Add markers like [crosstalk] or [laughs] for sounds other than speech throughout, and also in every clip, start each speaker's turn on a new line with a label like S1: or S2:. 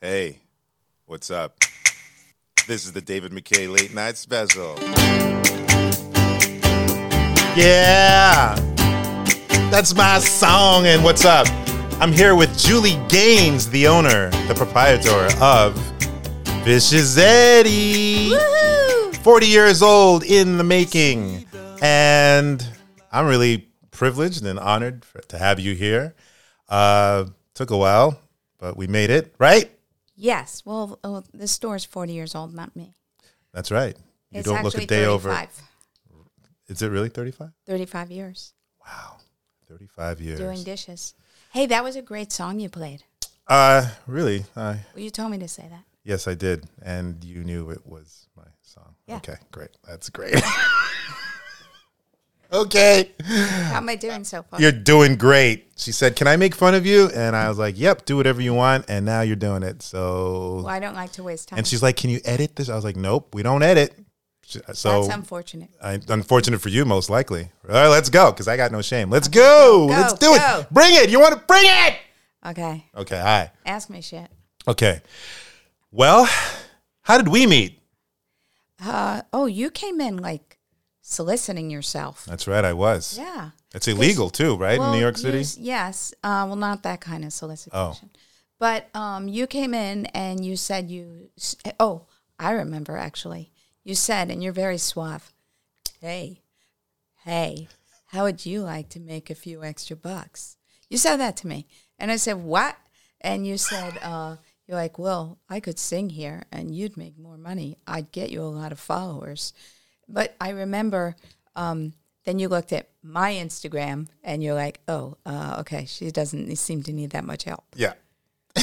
S1: Hey, what's up? This is the David McKay Late Night Special. Yeah, that's my song. And what's up? I'm here with Julie Gaines, the owner, the proprietor of Vicious Eddie. 40 years old in the making. And I'm really privileged and honored for, to have you here. Uh, took a while, but we made it, right?
S2: Yes. Well, oh, the store's 40 years old, not me.
S1: That's right. You
S2: it's
S1: don't look
S2: actually
S1: a day
S2: 35.
S1: over. Is it really 35?
S2: 35 years
S1: 35 years.
S2: doing dishes. Hey, that was a great song you played.
S1: uh, really? I
S2: Well, you told me to say that.
S1: yes, I did. And you knew it was my song.
S2: Yeah.
S1: Okay, great. That's great. [laughs] okay.
S2: How am I doing so far?
S1: You're doing great. She said, Can I make fun of you? And I was like, Yep, do whatever you want. And now you're doing it. So.
S2: well, I don't like to waste time.
S1: And she's like, Can you edit this? I was like, Nope, we don't edit. She- So
S2: That's unfortunate.
S1: I, unfortunate for you, most likely. All right, let's go because I got no shame. Let's go.
S2: Go,
S1: let's do
S2: go.
S1: it. Bring it. You want to bring it?
S2: Okay.
S1: Okay. Hi.
S2: Ask me shit.
S1: Okay. Well, how did we meet?
S2: Uh, oh, you came in like soliciting yourself.
S1: That's right. I was.
S2: Yeah.
S1: It's illegal too, right?
S2: Well,
S1: in New York City. Oh.
S2: you s- yes. Uh, well, not that kind of solicitation. But um, you came in and you said you. s- Oh, I remember actually. You said, and you're very suave. Hey, hey, how would you like to make a few extra bucks? You said that to me, and I said what? And you said. Uh, you're like, well, I could sing here and you'd make more money. I'd get you a lot of followers. But I remember um, then you looked at my Instagram and you're like, oh, uh, okay, she doesn't seem to need that much help.
S1: yeah. [laughs]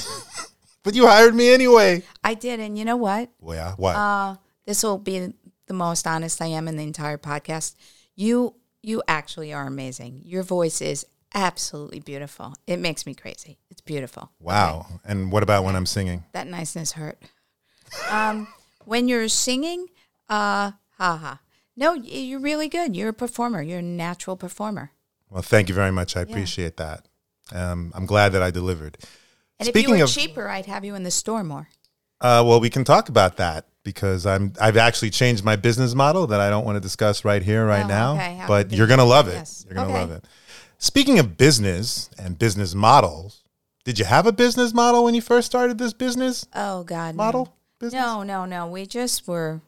S1: but you hired me anyway.
S2: I did. And you know what?
S1: Well, yeah. What?
S2: Uh, this will be the most honest I am in the entire podcast. You you actually are amazing. Your voice is absolutely beautiful. It makes me crazy. It's beautiful.
S1: wow. And what about when I'm singing?
S2: That niceness hurt. Um, when you're singing, uh, haha. No, y- you're really good. You're a performer. You're a natural performer.
S1: Well, thank you very much. I appreciate that. Um, I'm glad that I delivered.
S2: And
S1: Speaking
S2: if you were
S1: of-
S2: cheaper, I'd have you in the store more.
S1: Uh, well, we can talk about that because I'm I've actually changed my business model that I don't want to discuss right here, right
S2: Oh,
S1: now.
S2: okay. I
S1: But
S2: didn't-
S1: you're gonna love it.
S2: yes.
S1: You're gonna
S2: Okay.
S1: love it. Speaking of business and business models, did you have a business model when you first started this business
S2: Oh God, no.
S1: model? Business?
S2: No, no, no. We just were.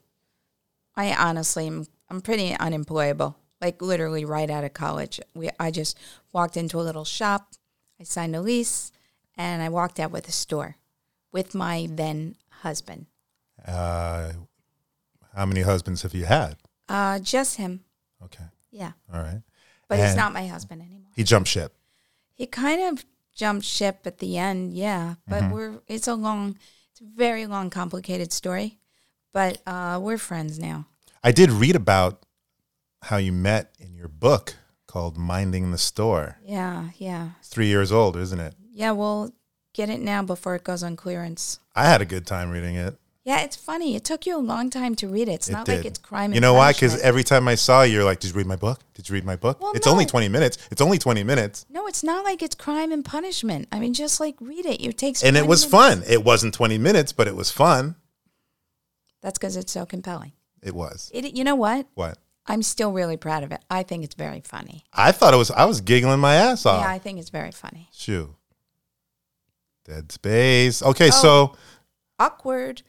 S2: I honestly, am, I'm pretty unemployable. Like literally right out of college, we I just walked into a little shop, I signed a lease, and I walked out with a store, with my then husband.
S1: Uh, how many husbands have you had?
S2: Uh, just him.
S1: Okay,
S2: Yeah,
S1: all right.
S2: but he's
S1: And
S2: not my husband anymore.
S1: He jumped ship.
S2: He kind of jumped ship at the end. Yeah, but
S1: Mm-hmm.
S2: we're. It's a long, it's a very long, complicated story. But uh, we're friends now.
S1: I did read about how you met in your book called "Minding the Store."
S2: Yeah, yeah.
S1: It's three years old, isn't it?
S2: Yeah, we'll get it now before it goes on clearance.
S1: I had a good time reading it.
S2: Yeah, it's funny. It took you a long time to read it. It's not like
S1: did.
S2: it's crime.
S1: You
S2: and
S1: know why? Because
S2: Punishment.
S1: every time I saw you, you're like, "Did you read my book? Did you read my book?"
S2: Well,
S1: it's only
S2: no.
S1: twenty minutes. It's only twenty minutes,
S2: no, it's not like it's crime and punishment. I mean, just like read it. You take
S1: and it was fun. It wasn't twenty minutes, but it was fun.
S2: That's because it's so compelling.
S1: It was
S2: It. You know what?
S1: what
S2: I'm still really proud of it. I think it's very funny.
S1: I thought it was. I was giggling my ass off.
S2: Yeah, I think it's very funny.
S1: Shoo. Dead space. Okay,
S2: Oh.
S1: so [laughs]
S2: Awkward.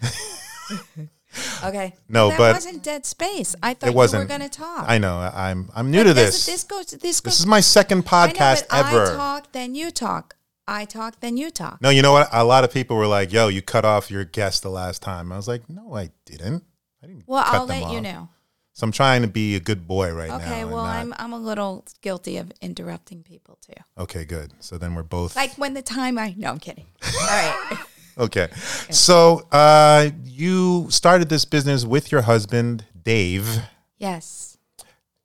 S2: okay.
S1: No,
S2: that
S1: but-
S2: wasn't dead space. I thought you
S1: wasn't.
S2: were going to talk.
S1: I know I- I'm I'm new to this.
S2: This, this
S1: This,
S2: goes. This goes.
S1: is my second
S2: I know,
S1: podcast
S2: but
S1: ever.
S2: I talk, then you talk. I talk, then you talk.
S1: No, you know what? A lot of people were like, "Yo, you cut off your guest the last time." I was like, "No, I didn't. I didn't."
S2: Well,
S1: cut
S2: I'll
S1: them
S2: let you
S1: off."
S2: know.
S1: So I'm trying to be a good boy right now.
S2: Okay,
S1: and
S2: well,
S1: not-
S2: I'm I'm a little guilty of interrupting people too.
S1: Okay, good. So then we're both
S2: Like when the time I no, I'm kidding. All right.
S1: [laughs]
S2: [laughs]
S1: okay. So uh, you started this business with your husband, Dave.
S2: yes.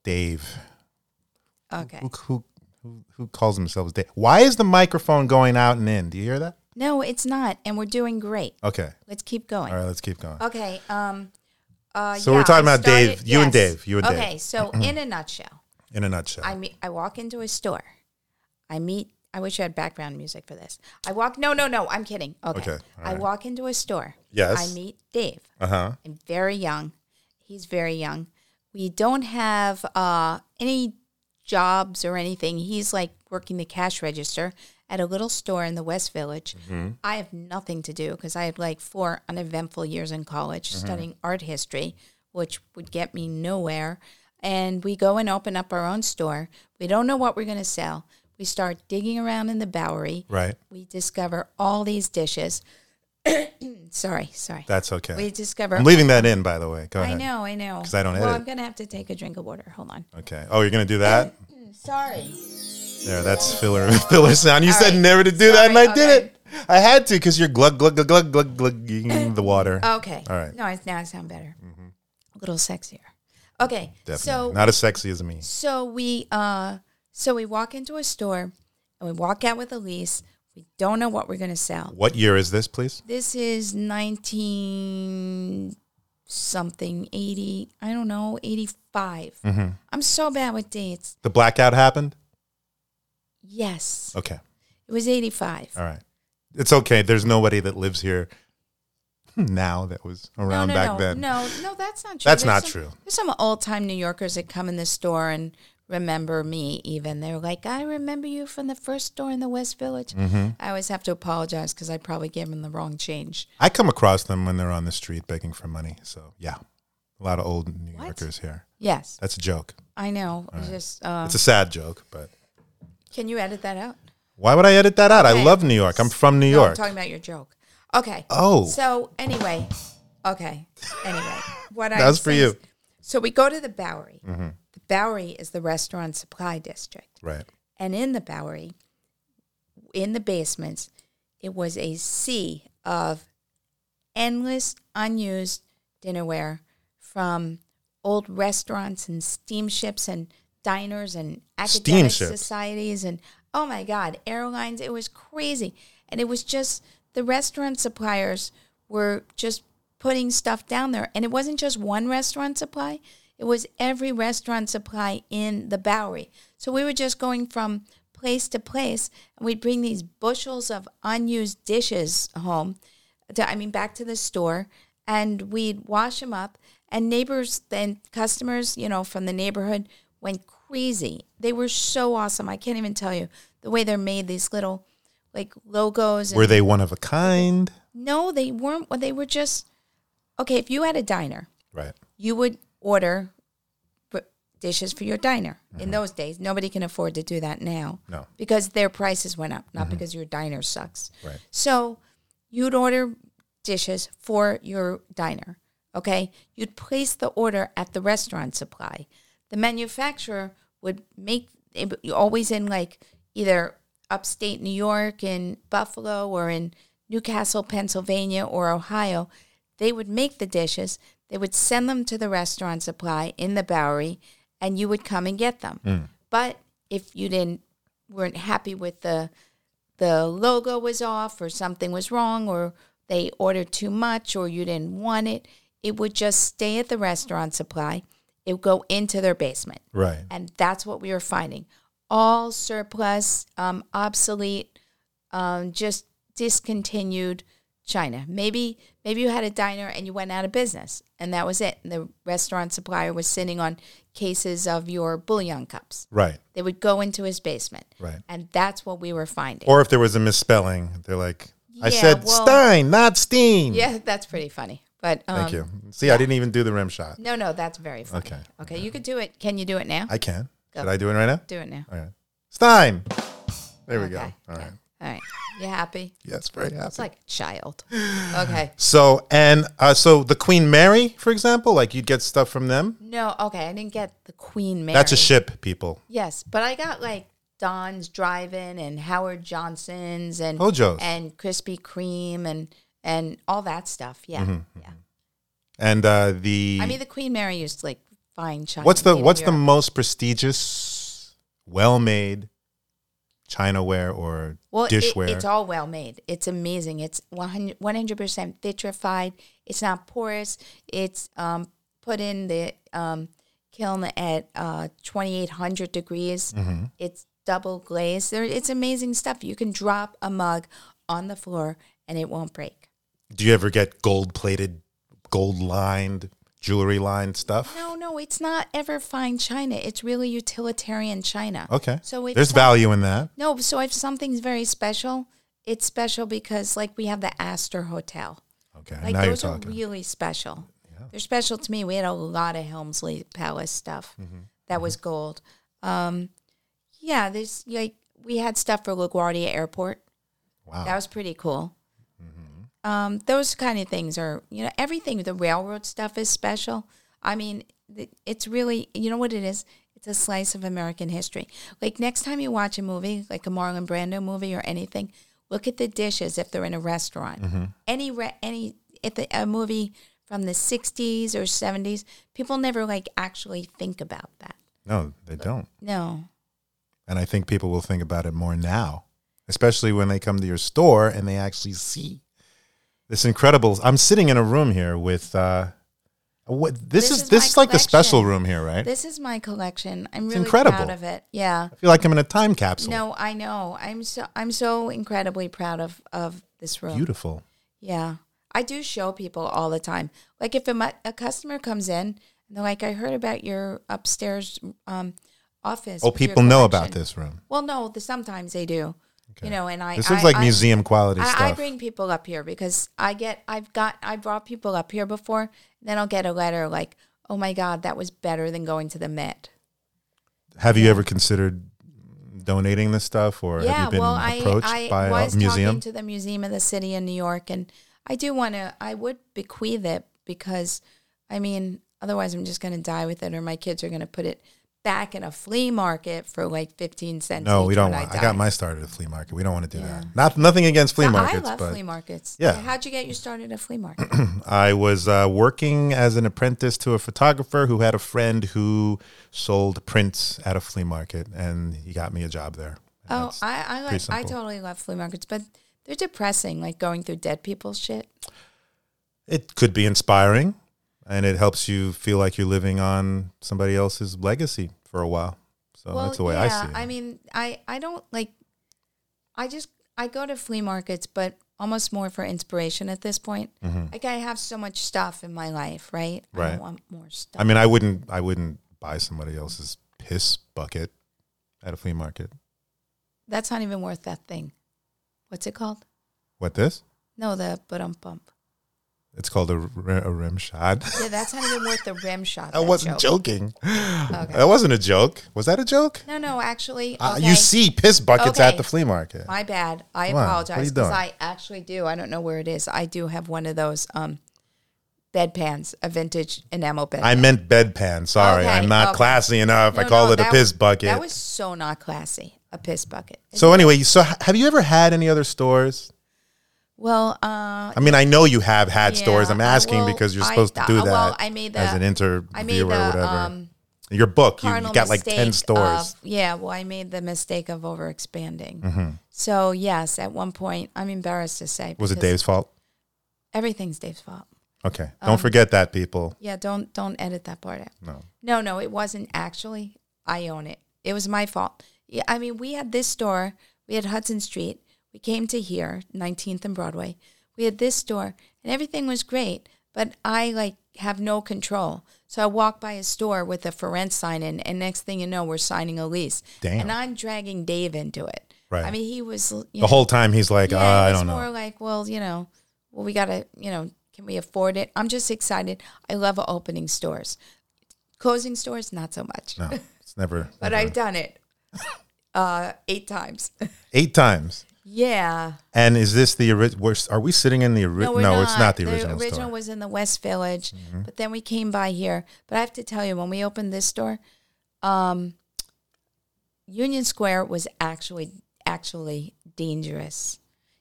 S1: Dave,
S2: Okay.
S1: who who who, who calls themselves Dave? Why is the microphone going out and in? Do you hear that?
S2: No, it's not, and we're doing great.
S1: Okay.
S2: Let's keep going.
S1: All right. Let's keep going.
S2: Okay. Um. Uh,
S1: So we're
S2: yeah,
S1: talking
S2: I
S1: about Dave,
S2: started-
S1: you and
S2: yes.
S1: Dave, you and Dave. [clears throat]
S2: Okay. So in a nutshell,
S1: In a nutshell.
S2: I meet. I walk into a store. I meet. I wish I had background music for this. I walk. No, no, no. I'm kidding. Okay.
S1: Okay, all
S2: I
S1: right.
S2: walk into a store.
S1: Yes.
S2: I meet Dave.
S1: Uh huh.
S2: I'm very young. He's very young. We don't have uh, any jobs or anything. He's like working the cash register at a little store in the West Village. I have nothing to do because I had like four uneventful years in college studying art history, which would get me nowhere. And we go and open up our own store. We don't know what we're going to sell. We start digging around in the Bowery.
S1: Right.
S2: We discover all these dishes. [coughs] sorry, sorry.
S1: That's okay.
S2: We discover
S1: I'm leaving that in, by the way. Go
S2: I
S1: ahead.
S2: know, I know.
S1: 'Cause I don't
S2: Well,
S1: edit.
S2: I'm gonna have to take a drink of water. Hold on.
S1: Okay. Oh, you're gonna do that?
S2: Sorry.
S1: There, that's filler [laughs] filler sound. You said
S2: right.
S1: never to do that, and I
S2: Sorry,
S1: did
S2: okay.
S1: it. I had to because you're glug glug glug glug glug glugging the
S2: [laughs]
S1: water.
S2: Okay.
S1: All right. Mm-hmm.
S2: No, it's, now I sound better. A little sexier. Okay.
S1: Definitely.
S2: So
S1: Not as sexy as me.
S2: so we uh so we walk into a store and we walk out with a lease. We don't know what we're gonna sell.
S1: What year is this, please?
S2: This is nineteen something eighty. I don't know eighty
S1: Mm-hmm.
S2: I'm so bad with dates.
S1: The blackout happened.
S2: Yes,
S1: Okay.
S2: it was eighty five.
S1: All right. It's okay. There's nobody that lives here now that was around
S2: no, no,
S1: back
S2: no.
S1: then.
S2: No, no, that's not true.
S1: That's not
S2: some-
S1: true.
S2: There's some old time New Yorkers that come in the store and remember me even. They're like, I remember you from the first store in the West Village.
S1: Mm-hmm.
S2: I always have to apologize because I probably gave them the wrong change.
S1: I come across them when they're on the street begging for money. So yeah, a lot of old New
S2: What?
S1: Yorkers here.
S2: Yes,
S1: That's a joke.
S2: I know. It's Just uh,
S1: It's a sad joke, but
S2: Can you edit that out?
S1: why would I edit that out? I
S2: Okay.
S1: love New York. I'm from New
S2: No, I'm
S1: York.
S2: talking about your joke. Okay.
S1: Oh.
S2: So anyway, okay. Anyway, what
S1: [laughs]
S2: I
S1: That was for
S2: saying
S1: you. Mm-hmm.
S2: is- So we go to the Bowery. The Bowery is the restaurant supply district.
S1: right.
S2: and in the Bowery, in the basements, it was a sea of endless unused dinnerware from old restaurants and steamships and diners and academic
S1: Steamship.
S2: societies and oh my god, airlines. It was crazy, and it was just the restaurant suppliers were just putting stuff down there, and it wasn't just one restaurant supply. It was every restaurant supply in the Bowery. So we were just going from place to place, and we'd bring these bushels of unused dishes home to, I mean, back to the store, and we'd wash them up. And neighbors, then customers, you know, from the neighborhood went crazy. They were so awesome. I can't even tell you the way they're made. These little, like logos. And,
S1: Were they one of a kind?
S2: no, they weren't. Well, They were just okay. If you had a diner,
S1: Right.
S2: you would order b- dishes for your diner. In
S1: Mm-hmm.
S2: those days, nobody can afford to do that now.
S1: No.
S2: Because their prices went up,
S1: Mm-hmm.
S2: not because your diner sucks.
S1: Right.
S2: So you'd order dishes for your diner. Okay. You'd place the order at the restaurant supply. The manufacturer would make it always in like either upstate New York, in Buffalo, or in Newcastle, Pennsylvania, or Ohio. They would make the dishes, they would send them to the restaurant supply in the Bowery, and you would come and get them. But if you didn't weren't happy with the the logo was off or something was wrong or they ordered too much or you didn't want it, it would just stay at the restaurant supply. It would go into their basement.
S1: Right.
S2: And that's what we were finding. All surplus, um, obsolete, um, just discontinued china. Maybe maybe you had a diner and you went out of business and that was it. And the restaurant supplier was sitting on cases of your bouillon cups.
S1: Right.
S2: They would go into his basement.
S1: Right.
S2: And that's what we were finding.
S1: Or if there was a misspelling, they're like, I
S2: Yeah,
S1: said
S2: well-
S1: Stein, not Steen.
S2: Yeah, that's pretty funny. But um,
S1: Thank you. See, I didn't even do the rim shot.
S2: No, no, that's very funny.
S1: Okay.
S2: Okay, you could do it. Can you do it now?
S1: I can. Should I do it right now?
S2: do it now.
S1: All right. Stein. There we go.
S2: Okay.
S1: All right.
S2: All right. You happy?
S1: Yes, very happy.
S2: It's like a
S1: [sighs]
S2: child. Okay.
S1: so and uh, so the Queen Mary, for example, like you'd get stuff from them.
S2: No, okay. I didn't get the Queen Mary.
S1: That's a ship, people.
S2: Yes, but I got like Don's Drive-In and Howard Johnson's and
S1: Hojo's.
S2: and Krispy Kreme and and all that stuff. Yeah,
S1: Mm-hmm,
S2: yeah.
S1: And uh, the
S2: I mean, the Queen Mary used like fine china.
S1: what's the
S2: made in
S1: what's the
S2: Europe.
S1: most prestigious, well-made chinaware or
S2: Well, it-
S1: dishware?
S2: it's all well made. It's amazing. It's 100 percent vitrified. It's not porous. It's um, put
S1: Mm-hmm.
S2: in the um, kiln at uh, twenty eight hundred degrees. It's double glazed. There, it's amazing stuff. You can drop a mug on the floor and it won't break.
S1: Do you ever get gold plated, gold lined, jewelry lined stuff?
S2: No, no, it's not ever fine china. It's really utilitarian china.
S1: Okay.
S2: So it's
S1: There's
S2: some-
S1: value in that.
S2: No, so if something's very special, it's special because like we have the Astor Hotel.
S1: Okay.
S2: Like
S1: now you're
S2: those are
S1: talking.
S2: really special. They're special to me. We had a lot of Helmsley Palace stuff
S1: Mm-hmm.
S2: that was gold. Um, yeah, there's like we had stuff for LaGuardia Airport.
S1: wow.
S2: That was pretty cool. Um, those kind of things are, you know, everything. The railroad stuff is special. I mean, th- it's really, you know what it is? It's a slice of American history. Like next time you watch a movie, like a Marlon Brando movie or anything, look at the dishes if they're in a restaurant. Any re- any if the, a movie from the '60s or '70s, people never like actually think about that.
S1: no, they don't.
S2: No,
S1: And I think people will think about it more now, especially when they come to your store and they actually see this incredible. I'm sitting in a room here with uh, what this,
S2: This
S1: is.
S2: is
S1: This
S2: my
S1: is like the special
S2: collection.
S1: room here, right?
S2: this is my collection. I'm really proud
S1: incredible.
S2: of it. Yeah.
S1: I feel like I'm in a time capsule.
S2: No, I know. I'm so I'm so incredibly proud of of this room.
S1: Beautiful.
S2: Yeah, I do show people all the time. Like if a, mu- a customer comes in and they're like, "I heard about your upstairs um, office."
S1: Oh,
S2: with your
S1: people know about
S2: collection."
S1: this room.
S2: Well, no, the, sometimes they do. You know, and I
S1: This
S2: I,
S1: looks like
S2: I-
S1: museum quality
S2: I,
S1: stuff.
S2: I bring people up here because I get I've got I brought people up here before. Then I'll get a letter like, "Oh my God, that was better than going to the Met."
S1: Have you ever considered donating this stuff, or have
S2: yeah,
S1: you been
S2: well, I,
S1: approached
S2: I
S1: by
S2: was
S1: a museum?
S2: talking to the Museum of the City in New York, and I do want to, I would bequeath it because, I mean, otherwise I'm just going to die with it, or my kids are going to put it back in a flea market for like 15 cents.
S1: no, we
S2: each
S1: don't
S2: when
S1: want. I,
S2: die.
S1: got my start at a flea market. We don't want to do
S2: Yeah.
S1: that. Not nothing against flea
S2: No,
S1: markets,
S2: I love
S1: but
S2: flea markets.
S1: Yeah.
S2: How'd you get you started at flea
S1: [clears throat]
S2: market?
S1: I was uh, working as an apprentice to a photographer who had a friend who sold prints at a flea market, and he got me a job there.
S2: oh,
S1: That's-
S2: I, I, like, I
S1: simple.
S2: totally love flea markets, but they're depressing, like going through dead people's shit.
S1: it could be inspiring, and it helps you feel like you're living on somebody else's legacy for a while. So that's the way I see it.
S2: I mean, I I don't like. I just I go to flea markets, but almost more for inspiration at this point. Like I have so much stuff in my life, right? I
S1: Mm-hmm. Right.
S2: don't want more stuff.
S1: I mean, I wouldn't. I wouldn't buy somebody else's piss bucket at a flea market.
S2: That's not even worth that thing. What's it called?
S1: What this?
S2: No, the bum bump.
S1: It's called a, ri- a rim [laughs] shot.
S2: Yeah, that's not even worth the rim shot.
S1: I
S2: that
S1: wasn't
S2: joke.
S1: joking. That wasn't a joke. Was that a joke?
S2: No, no, actually, okay.
S1: Uh, you see piss buckets at
S2: Okay.
S1: the flea market.
S2: My bad. I
S1: Come on, what are
S2: apologize
S1: you
S2: because
S1: doing?
S2: I actually do. I don't know where it is. I do have one of those um, bedpans, a vintage enamel bedpan.
S1: I meant bedpan. Sorry,
S2: Okay,
S1: I'm not
S2: okay.
S1: classy enough. I
S2: No,
S1: call
S2: no,
S1: it a
S2: that-
S1: piss bucket.
S2: That was so not classy. A piss bucket.
S1: so anyway, so h- have you ever had any other stores?
S2: Well, uh,
S1: I mean, I know you have had stores.
S2: Yeah,
S1: I'm asking
S2: well,
S1: because you're
S2: I
S1: supposed
S2: thought-
S1: to do that
S2: well, I made
S1: as
S2: the-
S1: an interviewer
S2: I made the
S1: or whatever.
S2: um,
S1: Your book, you, you
S2: cardinal
S1: got like
S2: mistake
S1: ten stores. Mm-hmm.
S2: Of, yeah, well, I made the mistake of overexpanding. So yes, at one point, I'm embarrassed to say.
S1: was it
S2: because
S1: Dave's fault?
S2: Everything's Dave's fault.
S1: Okay,
S2: Um,
S1: don't forget that, people.
S2: Yeah, don't don't edit that part out.
S1: No.
S2: No, no, it wasn't actually. I own it. It was my fault. Yeah, I mean, we had this store. We had Hudson Street. We came to here, 19th and Broadway. We had this store, and everything was great. But I like have no control. So I walk by a store with a for rent sign in, and next thing you know, we're signing a lease.
S1: Damn.
S2: And I'm dragging Dave into it.
S1: Right.
S2: I mean, he was you
S1: The whole time he's like,
S2: yeah,
S1: "Ah, I
S2: it was
S1: don't know.
S2: more like, well, you know, well, we gotta, you know, can we afford it? I'm just excited. I love opening stores, closing stores, not so much. [laughs]
S1: No, it's never.
S2: But
S1: never.
S2: I've done
S1: [laughs]
S2: it uh, eight times. [laughs]
S1: eight times.
S2: yeah.
S1: And is this the original? Are we sitting in the original?
S2: we're
S1: No, it's not the original,
S2: The original
S1: store. Mm-hmm.
S2: was in the West Village, but then we came by here. But I have to tell you, when we opened this store, um, Union Square was actually actually dangerous.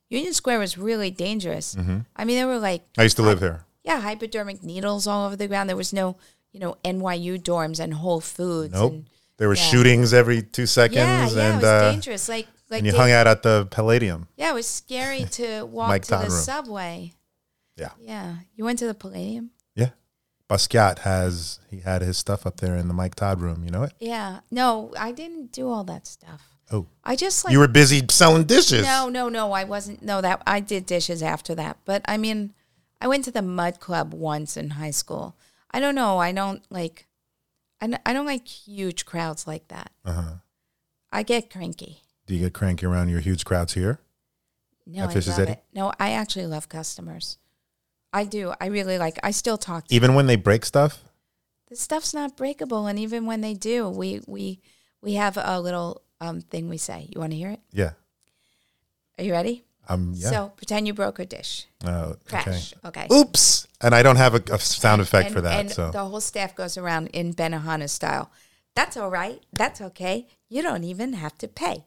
S2: Union Square was really dangerous.
S1: Mm-hmm.
S2: I mean, there were like
S1: I used to live here.
S2: yeah, hypodermic needles all over the ground. There was no, you know, NYU dorms and Whole Foods.
S1: Nope.
S2: And,
S1: There were
S2: yeah.
S1: shootings every two seconds,
S2: yeah, yeah,
S1: and
S2: it was
S1: uh,
S2: dangerous. Like, like
S1: and you
S2: they-
S1: hung out at the Palladium.
S2: yeah, it was
S1: [laughs]
S2: scary to walk
S1: Mike
S2: to the
S1: Todd room.
S2: subway.
S1: Yeah.
S2: Yeah, you went to the Palladium.
S1: Yeah, Basquiat has he had his stuff up there in the Mike Todd room. You know it?
S2: Yeah, no, I didn't do all that stuff.
S1: Oh.
S2: I just like
S1: You were busy selling dishes.
S2: No, no, no. I wasn't. No, that I did dishes after that. But I mean, I went to the mud club once in high school. I don't know. I don't like. I n- I don't like huge crowds like that.
S1: Uh-huh.
S2: I get cranky.
S1: Do you get cranky around your huge crowds here?
S2: No,
S1: At
S2: I
S1: Fish's
S2: love
S1: Eddy?
S2: it. No, I actually love customers. I do. I really like. I still talk to.
S1: Even when they break stuff?
S2: The stuff's not breakable, and even when they do, we we we have a little um thing we say. You want to hear it?
S1: Yeah.
S2: Are you ready?
S1: Um, yeah.
S2: So pretend you broke a dish.
S1: Oh, okay.
S2: Crash. Okay.
S1: Oops. And I don't have a, a sound effect
S2: and,
S1: for that.
S2: and
S1: so
S2: the whole staff goes around in Benihana style. That's all right. That's okay. You don't even have to pay.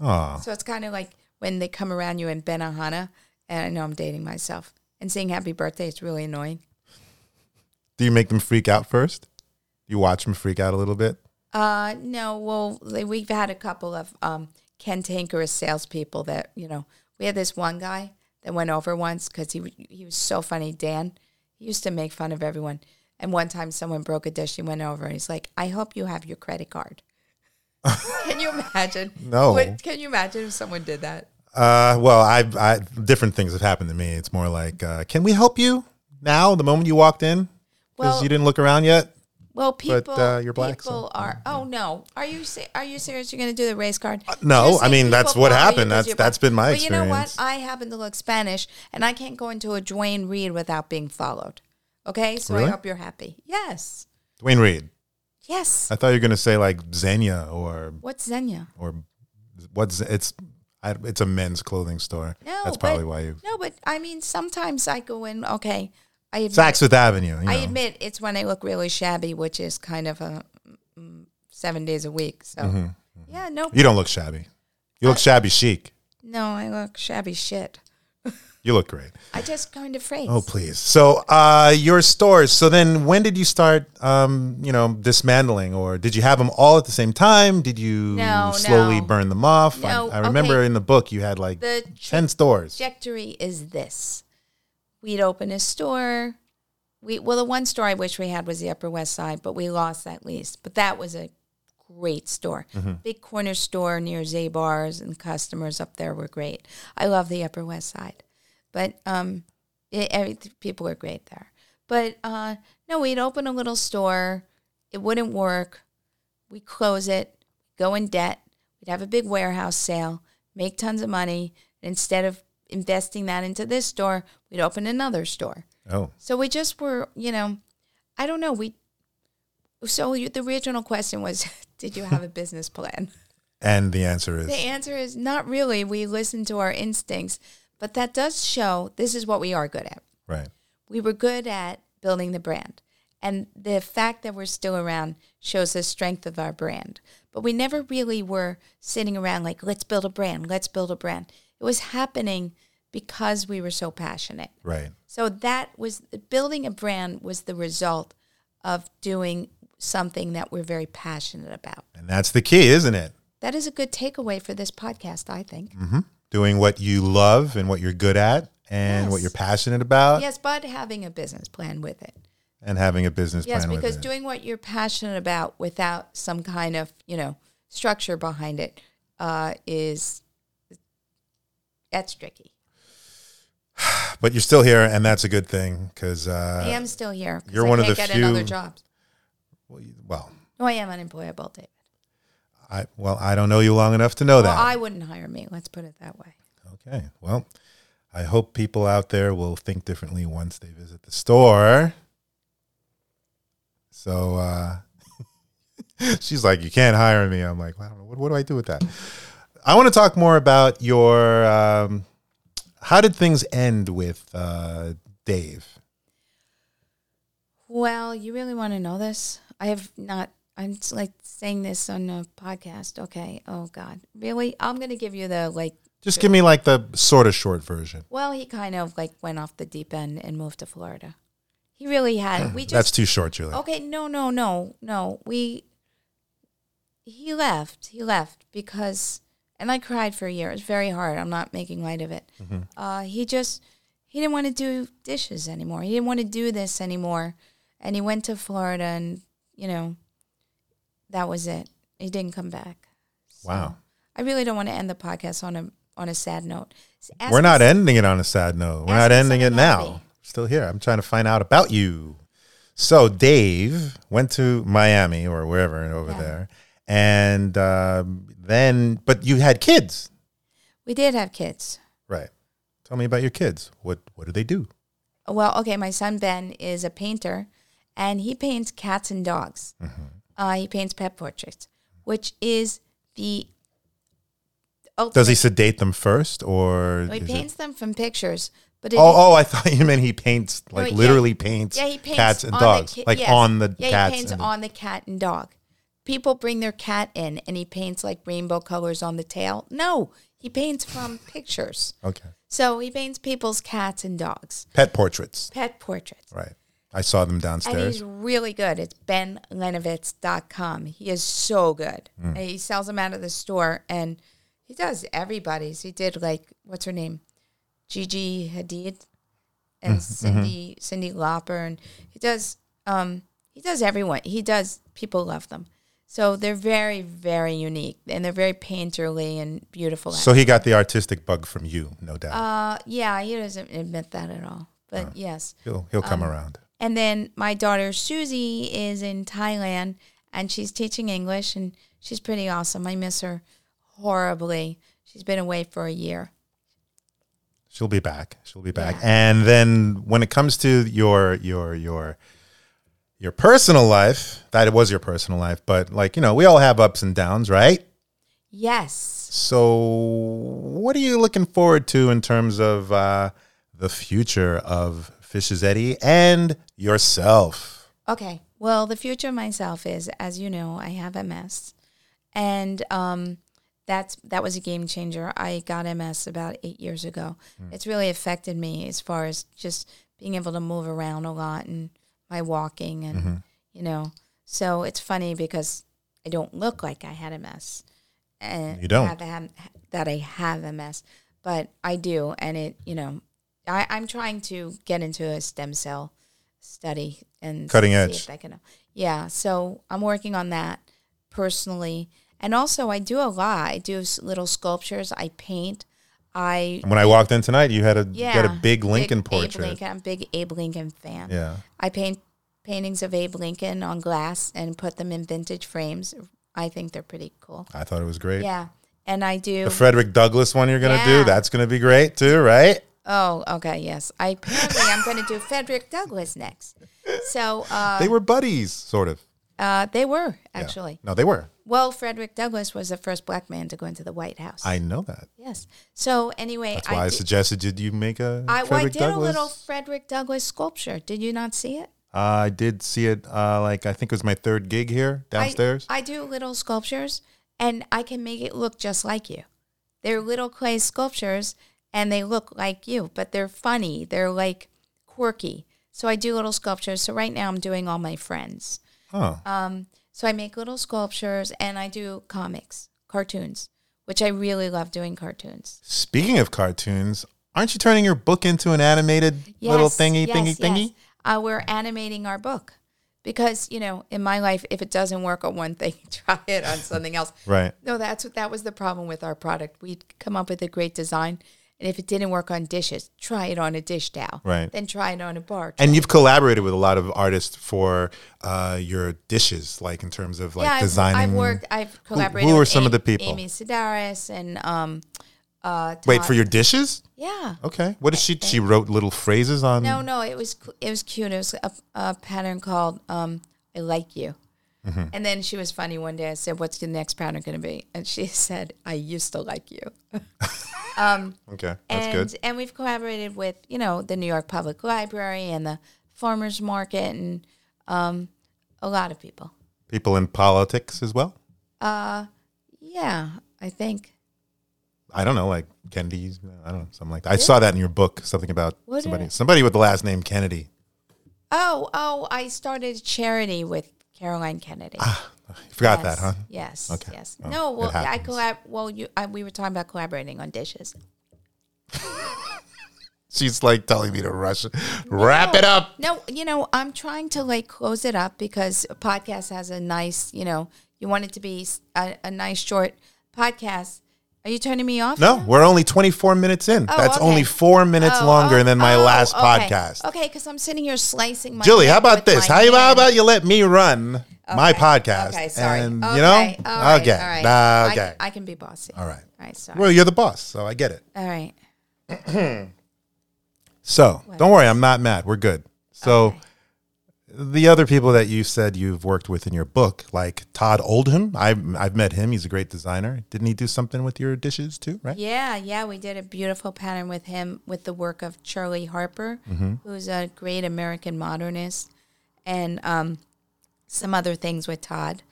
S1: Aw.
S2: So it's kind of like when they come around you in Benihana, and I know I'm dating myself, and saying happy birthday is really annoying.
S1: Do you make them freak out first? You watch them freak out a little bit?
S2: Uh, no, well, they- we've had a couple of um, cantankerous salespeople that, you know, we had this one guy that went over once because he, w- he was so funny. Dan, he used to make fun of everyone. And one time someone broke a dish, he went over and he's like, I hope you have your credit
S1: [laughs]
S2: card. can you imagine?
S1: No.
S2: What- can you imagine if someone did that?
S1: Uh, well, I, I different things have happened to me. It's more like, uh, can we help you now? The moment you walked in, because
S2: Well-
S1: you didn't look around yet.
S2: Well, people,
S1: uh, you're black, so-
S2: people are. Oh no, are you se- are you serious? You're going to do the race card?
S1: Uh, no,
S2: You're saying
S1: Oh, I mean, that's
S2: people
S1: what
S2: bother you
S1: happened.
S2: 'cause
S1: That's-
S2: you're
S1: that's been my
S2: But you know what?
S1: experience.
S2: I happen to look Spanish, and I can't go into a Dwayne Reed without being followed. Okay, so
S1: Really?
S2: I hope you're happy. Yes,
S1: Dwayne Reed.
S2: yes.
S1: I thought you were gonna say like Xenia or
S2: What's Xenia?
S1: or what's it's I, it's a men's clothing store.
S2: No,
S1: that's
S2: but-
S1: probably why you
S2: No, but I mean, sometimes I go in. Okay, I admit,
S1: Saks Fifth Avenue. You know.
S2: I admit it's when I look really shabby, which is kind of a mm, seven days a week. So
S1: Mm-hmm.
S2: yeah, no,
S1: you don't look shabby. You look shabby chic.
S2: no, I look shabby shit.
S1: You look great.
S2: I just kind of phrase.
S1: Oh please. So uh, your stores. So then, when did you start? Um, you know, dismantling, or did you have them all at the same time? Did you
S2: No,
S1: slowly
S2: no.
S1: burn them off? I-
S2: No,
S1: I, remember
S2: okay.
S1: in the book you had like
S2: The
S1: ten stores.
S2: trajectory is this we'd open a store we well the one store i wish we had was the upper west side but we lost that lease but that was a great store big corner store near zabar's and customers up there were great i love the upper west side but um it, every, people are great there but uh no we'd open a little store it wouldn't work we close it, go in debt, we'd have a big warehouse sale, make tons of money. And instead of investing that into this store, we'd open another store.
S1: Oh,
S2: So we just were, you know, I don't know. We so you, the original question was, [laughs] did you have a business plan?
S1: and the answer is
S2: The answer is not really. We listened to our instincts, but that does show this is what we are good at
S1: right.
S2: we were good at building the brand. And the fact that we're still around shows the strength of our brand. But we never really were sitting around like, let's build a brand, let's build a brand. It was happening because we were so passionate.
S1: Right.
S2: So that was building a brand was the result of doing something that we're very passionate about.
S1: And that's the key, isn't it?
S2: That is a good takeaway for this podcast, I think.
S1: Doing what you love and what you're good at and what
S2: Yes.
S1: you're passionate about
S2: Yes, but having a business plan with it.
S1: and having a business
S2: Yes,
S1: plan
S2: because
S1: with it.
S2: doing what you're passionate about without some kind of you know structure behind it uh, is that's tricky.
S1: But you're still here, and that's a good thing because,
S2: I
S1: uh,
S2: am still here. 'cause
S1: you're
S2: I
S1: one of
S2: can't
S1: the
S2: get another
S1: few-
S2: job.
S1: well, you- well,
S2: No, I am unemployable, David.
S1: I well, I don't know you long enough to know
S2: Well,
S1: that.
S2: I wouldn't hire me. Let's put it that way.
S1: Okay. Well, I hope people out there will think differently once they visit the store. So uh, [laughs] she's like, "You can't hire me." I'm like, well, "I don't know. What, what do I do with that?" I want to talk more about your. Um, how did things end with uh, Dave?
S2: Well, you really want to know this? I have not. I'm s- like saying this on a podcast. Okay. Oh God, really? I'm gonna give you the like.
S1: Just give me like the sort of short version.
S2: Well, he kind of like went off the deep end and moved to Florida. He really had. We just Oh,
S1: That's too short, Julie.
S2: Okay, no, no, no, no. We he left. He left because, and I cried for a year. It was very hard. I'm not making light of it.
S1: Mm-hmm.
S2: Uh, he just he didn't want to do dishes anymore. He didn't want to do this anymore, and he went to Florida, and you know, that was it. He didn't come back. So-
S1: Wow.
S2: I really don't want to end the podcast on a on a sad note. S- ask
S1: We're
S2: me
S1: not
S2: some-
S1: ending it on a sad note. We're not
S2: ask me
S1: ending it
S2: something
S1: now.
S2: happy.
S1: Still here. I'm trying to find out about you. So Dave went to Miami or wherever over
S2: Yeah.
S1: there, and um, then but you had kids,
S2: We did have kids.
S1: right? Tell me about your kids. What what do they do?
S2: Well, okay, my son Ben is a painter, and he paints cats and dogs.
S1: Mm-hmm.
S2: Uh, he paints pet portraits, which is the
S1: Does
S2: ultimate.
S1: he sedate them first, or
S2: Oh, he
S1: is it-
S2: paints them from pictures, but it
S1: Oh, oh! I thought you meant he paints like
S2: Oh, yeah.
S1: literally paints,
S2: Yeah, he paints
S1: cats and
S2: on the
S1: dogs,
S2: ki-
S1: like
S2: yes.
S1: on the
S2: yeah,
S1: cats.
S2: he paints
S1: and-
S2: on the cat and dog. People bring their cat in, and he paints like rainbow colors on the tail. No, he paints from pictures.
S1: okay,
S2: So he paints people's cats and dogs,
S1: pet portraits.
S2: pet portraits.
S1: Right, I saw them
S2: And
S1: downstairs.
S2: he's really good. It's benlenovitz.com. He is so good. And he sells them out of the store and he does everybody's. He did like what's her name? Gigi Hadid and Cindy Cindy Lauper and he does um he does everyone. He does people love them. So they're very, very unique and they're very painterly and beautiful.
S1: So he got the artistic bug from you, no doubt.
S2: uh yeah, he doesn't admit that at all. But yes.
S1: he'll he'll come around.
S2: And then my daughter Susie is in Thailand and she's teaching English and she's pretty awesome. I miss her horribly. She's been away for a year.
S1: She'll be back. She'll be back. And then when it comes to your your your your personal life, that it was your personal life, but like you know, we all have ups and downs, right?
S2: Yes.
S1: So, what are you looking forward to in terms of uh, the future of Fish's Eddie and yourself?
S2: Okay. Well, the future of myself is, as you know, I have MS, and um, that's that was a game changer. I got MS about eight years ago.
S1: Hmm.
S2: It's really affected me as far as just being able to move around a lot and my walking, and
S1: Mm-hmm.
S2: you know. So it's funny because I don't look like I had MS, and
S1: You don't.
S2: have, have, that I have MS, but I do, and it you know, I, I'm trying to get into a stem cell study and
S1: Cutting
S2: see
S1: edge.
S2: if I can- yeah, so I'm working on that personally, and also I do a lot. I do s- little sculptures. I paint. I
S1: And when I walked in tonight, you had a you
S2: yeah.
S1: had a big Lincoln
S2: Abe
S1: portrait.
S2: Lincoln. I'm a big Abe Lincoln fan.
S1: Yeah,
S2: I paint paintings of Abe Lincoln on glass and put them in vintage frames. I think they're pretty cool.
S1: I thought it was great.
S2: Yeah, and I do.
S1: The Frederick Douglass one you're gonna do,
S2: Yeah.
S1: that's gonna be great too, right?
S2: oh, okay, yes. I apparently I'm going to do Frederick Douglass next. So uh,
S1: They were buddies, sort of.
S2: uh, they were
S1: Yeah.
S2: actually.
S1: No, they were.
S2: Well, Frederick Douglass was the first black man to go into the White House.
S1: I know that.
S2: yes. So anyway,
S1: That's why I,
S2: I did,
S1: suggested did you make a
S2: I, well, I
S1: Frederick
S2: did a
S1: Douglass?
S2: little Frederick Douglass sculpture. Did you not see it?
S1: uh, I did see it uh, like I think it was my third gig here
S2: I-
S1: downstairs.
S2: I, do little sculptures, and I can make it look just like you. They're little clay sculptures, and they look like you, but they're funny. They're like quirky. So I do little sculptures. So right now I'm doing all my friends.
S1: oh.
S2: Um, so I make little sculptures, and I do comics, cartoons, which I really love doing cartoons.
S1: Speaking of cartoons, aren't you turning your book into an animated little
S2: Yes,
S1: thingy
S2: yes,
S1: thingy thingy?
S2: yes. Uh, we're animating our book because you know, in my life, if it doesn't work on one thing, [laughs] try it on something else.
S1: Right.
S2: No, that's what that was the problem with our product. We'd come up with a great design, and if it didn't work on dishes, try it on a dish towel.
S1: Right.
S2: Then try it on a bar.
S1: And you've collaborated with a lot of artists for uh, your dishes, like in terms of like
S2: yeah, I've-
S1: designing.
S2: I've, worked. I've collaborated.
S1: who are
S2: with
S1: some of
S2: Amy-
S1: the people?
S2: Amy Sedaris and um, uh,
S1: Wait
S2: Todd-
S1: for your dishes?
S2: yeah.
S1: Okay. What is she? She wrote little phrases on.
S2: No, no, it was cu- it was cute. It was a, a pattern called um, "I like you,"
S1: Mm-hmm.
S2: and then she was funny one day. I said, "What's the next pattern going to be?" And she [laughs] said, "I used to like you."
S1: Okay, that's
S2: and
S1: good.
S2: and we've collaborated with you know the New York Public Library and the Farmers Market and um, a lot of people.
S1: People in politics as well.
S2: Yeah, I think.
S1: I don't know, like Kennedy. I don't know, something like that. I saw that in your book, something about
S2: What did
S1: somebody,
S2: I-
S1: somebody with the last name Kennedy.
S2: Oh, oh, I started a charity with Caroline Kennedy.
S1: You forgot
S2: yes,
S1: Ah, that, huh?
S2: Yes.
S1: Okay.
S2: Yes.
S1: Well,
S2: no.
S1: it
S2: Well, I
S1: happens.
S2: collab. Well, you. I, we were talking about collaborating on dishes.
S1: She's like telling me to rush, it. wrap it up.
S2: No, you know, I'm trying to like close it up because a podcast has a nice, you know, you want it to be s- a, a nice short podcast Are you turning me off?
S1: No,
S2: now?
S1: we're only 24 minutes in.
S2: Oh,
S1: That's
S2: okay.
S1: only four minutes
S2: Oh,
S1: longer
S2: oh,
S1: than my
S2: oh,
S1: last
S2: okay.
S1: podcast.
S2: Okay, because I'm sitting here slicing my.
S1: Julie, how
S2: neck
S1: about
S2: with
S1: this?
S2: my
S1: How, you- how
S2: hand.
S1: about you let me run my podcast?
S2: Okay, sorry.
S1: And,
S2: okay,
S1: you know?
S2: all right,
S1: okay.
S2: all right.
S1: nah,
S2: I
S1: okay.
S2: can- I, can be bossy.
S1: all right.
S2: All right, sorry.
S1: Well, you're the boss, so I get it.
S2: all right.
S1: So don't worry, I'm not mad. We're good. So the other people that you said you've worked with in your book, like Todd Oldham, I've, I've met him. He's a great designer. Didn't he do something with your dishes too, right?
S2: Yeah, yeah, we did a beautiful pattern with him with the work of Charlie Harper,
S1: Mm-hmm.
S2: who's a great American modernist, and um, some other things with Todd.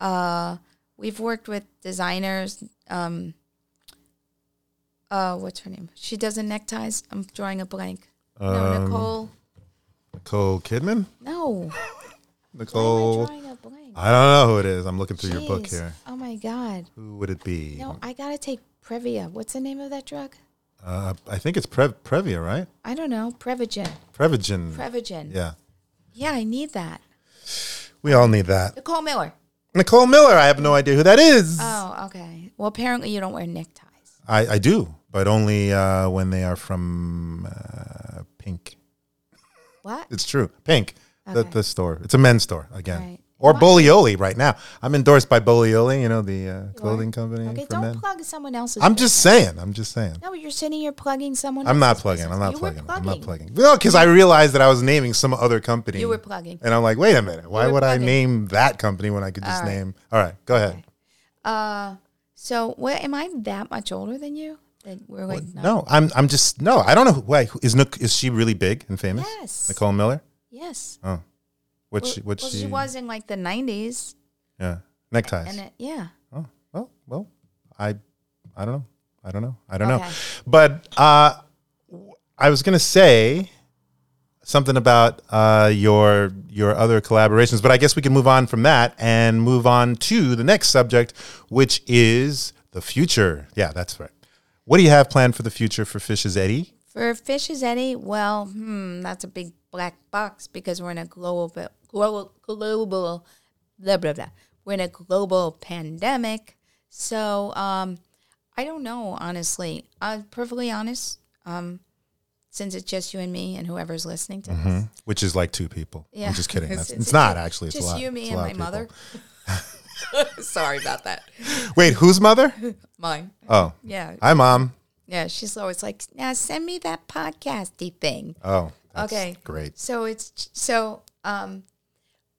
S2: Uh, we've worked with designers. Um, uh, what's her name? She does the neckties. I'm drawing a blank.
S1: Um,
S2: no, Nicole.
S1: Nicole Kidman?
S2: No, I'm
S1: Nicole.
S2: drawing a blank.
S1: I don't know who it is. I'm looking through your book
S2: Jeez.
S1: here.
S2: Oh my God.
S1: Who would it be?
S2: No, I gotta take Previa. What's the name of that drug?
S1: Uh, I think it's Pre- Previa, right?
S2: I don't know. Prevagen.
S1: Prevagen.
S2: Prevagen.
S1: yeah.
S2: Yeah, I need that.
S1: We all need that.
S2: Nicole Miller.
S1: Nicole Miller. I have no idea who that is.
S2: Oh, okay. Well, apparently you don't wear neckties.
S1: I, I do, but only uh, when they are from uh, Pink.
S2: What?
S1: It's true. Pink. The,
S2: Okay.
S1: the store. It's a men's store again.
S2: Right.
S1: Or
S2: Why-
S1: Bolioli right now. I'm endorsed by Bolioli, you know, the uh, clothing company
S2: Okay,
S1: for
S2: don't
S1: men.
S2: plug someone else's.
S1: I'm just saying. I'm just saying.
S2: no, you're sitting here plugging someone.
S1: I'm not
S2: else's
S1: plugging. I'm
S2: business.
S1: not
S2: You were
S1: plugging. I'm not plugging. No, because I realized that I was naming some other company.
S2: You were plugging.
S1: And I'm like, wait a minute. Why
S2: were
S1: would I
S2: plugging.
S1: name that company when I could just
S2: All right.
S1: name? All right, go ahead.
S2: Uh, so what? Am I that much older than you? That we're like not-
S1: No, I'm. I'm just no. I don't know. Who, wait, who- is Nic- is she really big and famous?
S2: Yes.
S1: Nicole Miller.
S2: Yes.
S1: Oh, what
S2: Well,
S1: she? What
S2: well, she was in like the '90s,
S1: Yeah, neckties.
S2: and it, yeah.
S1: oh, well, well, I, I don't know. I don't know. I don't know.
S2: Okay.
S1: But uh, w- I was gonna say something about uh, your your other collaborations, but I guess we can move on from that and move on to the next subject, which is the future. Yeah, that's right. What do you have planned for the future for Fish's Eddie?
S2: For Fish's Eddie, well, hmm, that's a big black box because we're in a global, global, global, blah, blah, blah. We're in a global pandemic. So um, I don't know, honestly. I'm perfectly honest, um, since it's just you and me and whoever's listening to us.
S1: Which is like two people.
S2: Yeah.
S1: I'm Mm-hmm. just
S2: [laughs]
S1: kidding. That's,
S2: It's-
S1: it's,
S2: it's-
S1: not actually. It's a
S2: just
S1: lot.
S2: you, me,
S1: It's a
S2: and
S1: lot
S2: my
S1: of people.
S2: mother. [laughs] Sorry about that.
S1: Wait, whose mother?
S2: Mine.
S1: Oh,
S2: Yeah.
S1: hi, mom.
S2: Yeah. She's always like, now send me that podcasty thing.
S1: Oh, that's
S2: Okay.
S1: great.
S2: So it's so um,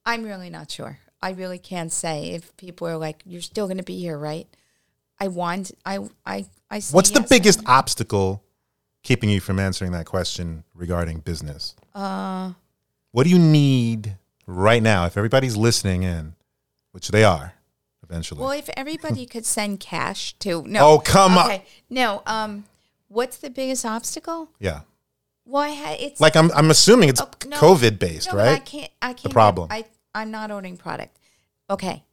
S2: I'm really not sure. I really can't say if people are like, "You're still going to be here, right?" I want. I I I. Say
S1: What's the
S2: yes.
S1: biggest obstacle keeping you from answering that question regarding business?
S2: Uh,
S1: What do you need right now? If everybody's listening in, which they are, eventually.
S2: well, if everybody could send cash to no.
S1: Oh, come on.
S2: okay. No. Um, what's the biggest obstacle?
S1: yeah,
S2: Well, I ha- it's
S1: like I'm, I'm assuming it's
S2: Oh, no.
S1: COVID based,
S2: No, but I
S1: right?
S2: can't. I can't. have-
S1: problem.
S2: I I'm not owning product. Okay,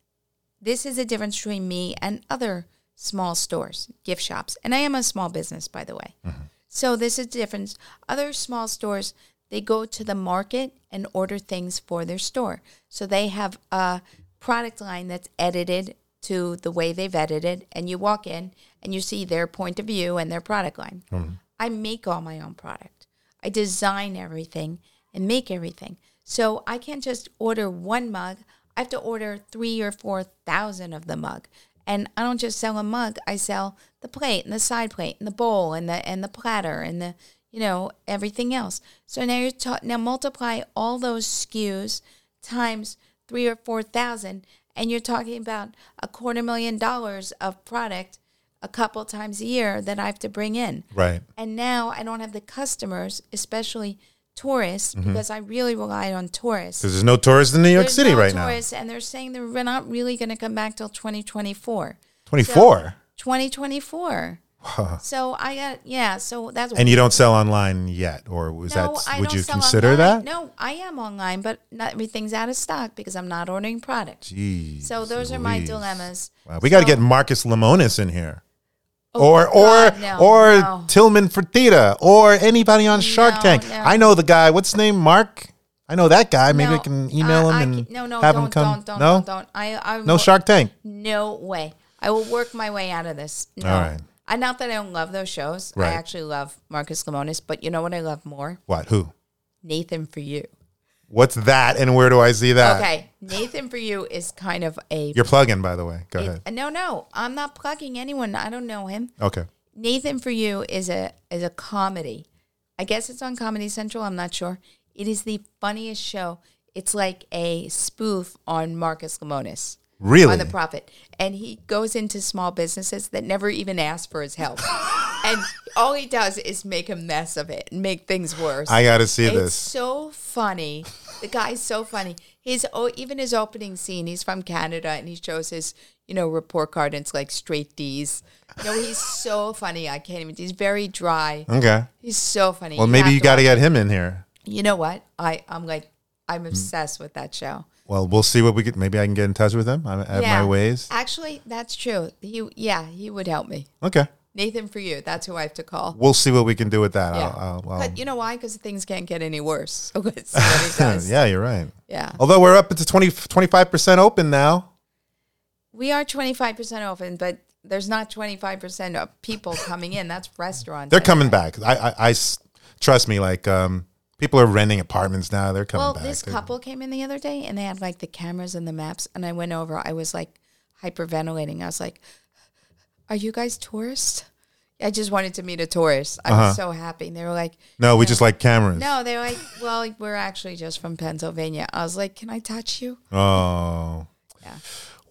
S2: this is a difference between me and other small stores, gift shops, and I am a small business, by the way.
S1: Mm-hmm.
S2: So this is difference. Other small stores they go to the market and order things for their store, so they have a product line that's edited to the way they've edited, and you walk in and you see their point of view and their product line.
S1: Mm-hmm.
S2: I make all my own product. I design everything and make everything. So I can't just order one mug. I have to order three or four thousand of the mug. And I don't just sell a mug. I sell the plate and the side plate and the bowl and the and the platter and the you know everything else. So now you're ta- now multiply all those SKUs times three or four thousand, and you're talking about a quarter million dollars of product a couple times a year that I have to bring in.
S1: Right.
S2: And now I don't have the customers, especially tourists, because I really relied on tourists.
S1: Because there's no tourists in Mm-hmm. New York
S2: There's
S1: City
S2: no
S1: right
S2: tourists, and they're saying they're re- not really going to come back till 2024.
S1: now. 24.
S2: 2024. so I got yeah. So that's
S1: and you don't sell online yet, or was
S2: no,
S1: that?
S2: I
S1: Would
S2: don't
S1: you
S2: sell
S1: consider
S2: online.
S1: that?
S2: No, I am online, but not, everything's out of stock because I'm not ordering product.
S1: Jeez
S2: So those are my
S1: Louise.
S2: dilemmas.
S1: Wow, we got to
S2: So-
S1: get Marcus Lemonis in here.
S2: Oh,
S1: or or
S2: God, no,
S1: or
S2: no.
S1: Tillman Fertitta or anybody on Shark
S2: No,
S1: Tank.
S2: no.
S1: I know the guy. What's his name? Mark. I know that guy. Maybe
S2: No, uh,
S1: I can email
S2: I- I
S1: him
S2: ca-
S1: and
S2: no, no,
S1: have
S2: don't,
S1: him come.
S2: Don't, don't,
S1: no,
S2: don't, don't. I, I
S1: no Shark Tank.
S2: No way. I will work my way out of this. No.
S1: All right.
S2: I not that I don't love those shows.
S1: Right.
S2: I actually love Marcus Lemonis, but you know what I love more?
S1: What? Who?
S2: Nathan for you.
S1: What's that? And where do I see that?
S2: Okay, Nathan for you is kind of a
S1: Uh,
S2: [laughs]
S1: You're plugging, by the way. Go ahead.
S2: it- no, no. I'm not plugging anyone. I don't know him.
S1: Okay.
S2: Nathan for you is a is a comedy. I guess it's on Comedy Central. I'm not sure. It is the funniest show. It's like a spoof on Marcus Lemonis.
S1: Really?
S2: on the profit. And he goes into small businesses that never even ask for his
S1: [laughs]
S2: help. and all he does is make a mess of it and make things worse.
S1: I got to see
S2: it's
S1: this.
S2: so funny. The guy's so funny. His oh, even his opening scene. He's from Canada, and he shows his you know report card, and it's like straight D's. No, he's so funny. I can't even. He's very dry.
S1: Okay.
S2: He's so funny.
S1: Well, maybe
S2: have
S1: you
S2: to
S1: got to get
S2: watch
S1: him in here.
S2: it. You know what? I I'm like I'm
S1: Mm.
S2: obsessed with that show.
S1: Well, we'll see what we could. Maybe I can get in touch with him. I I have
S2: Yeah.
S1: my ways.
S2: Actually, that's true. He yeah, he would help me.
S1: Okay.
S2: Nathan for you. That's who I have to call.
S1: We'll see what we can do with that.
S2: Yeah.
S1: I'll, I'll, I'll,
S2: but you know why? Because things can't get any worse. [laughs] So
S1: [laughs]
S2: let's see what he does.
S1: yeah, you're right.
S2: Yeah.
S1: Although we're up to 20, 25% open now.
S2: We are 25% open, but there's not 25% of people coming in. That's restaurants.
S1: They're coming back. I, I, I s- trust me, like, um, people are renting apartments now. They're coming
S2: Well,
S1: back.
S2: this
S1: They-
S2: couple came in the other day and they had like the cameras and the maps. And I went over. I was like hyperventilating. I was like, Are you guys tourists? I just wanted to meet a tourist. I
S1: Uh-huh.
S2: was so happy. And they were like,
S1: No, we just like cameras.
S2: No, they're like, Well, we're actually just from Pennsylvania. I was like, Can I touch you?
S1: Oh.
S2: Yeah.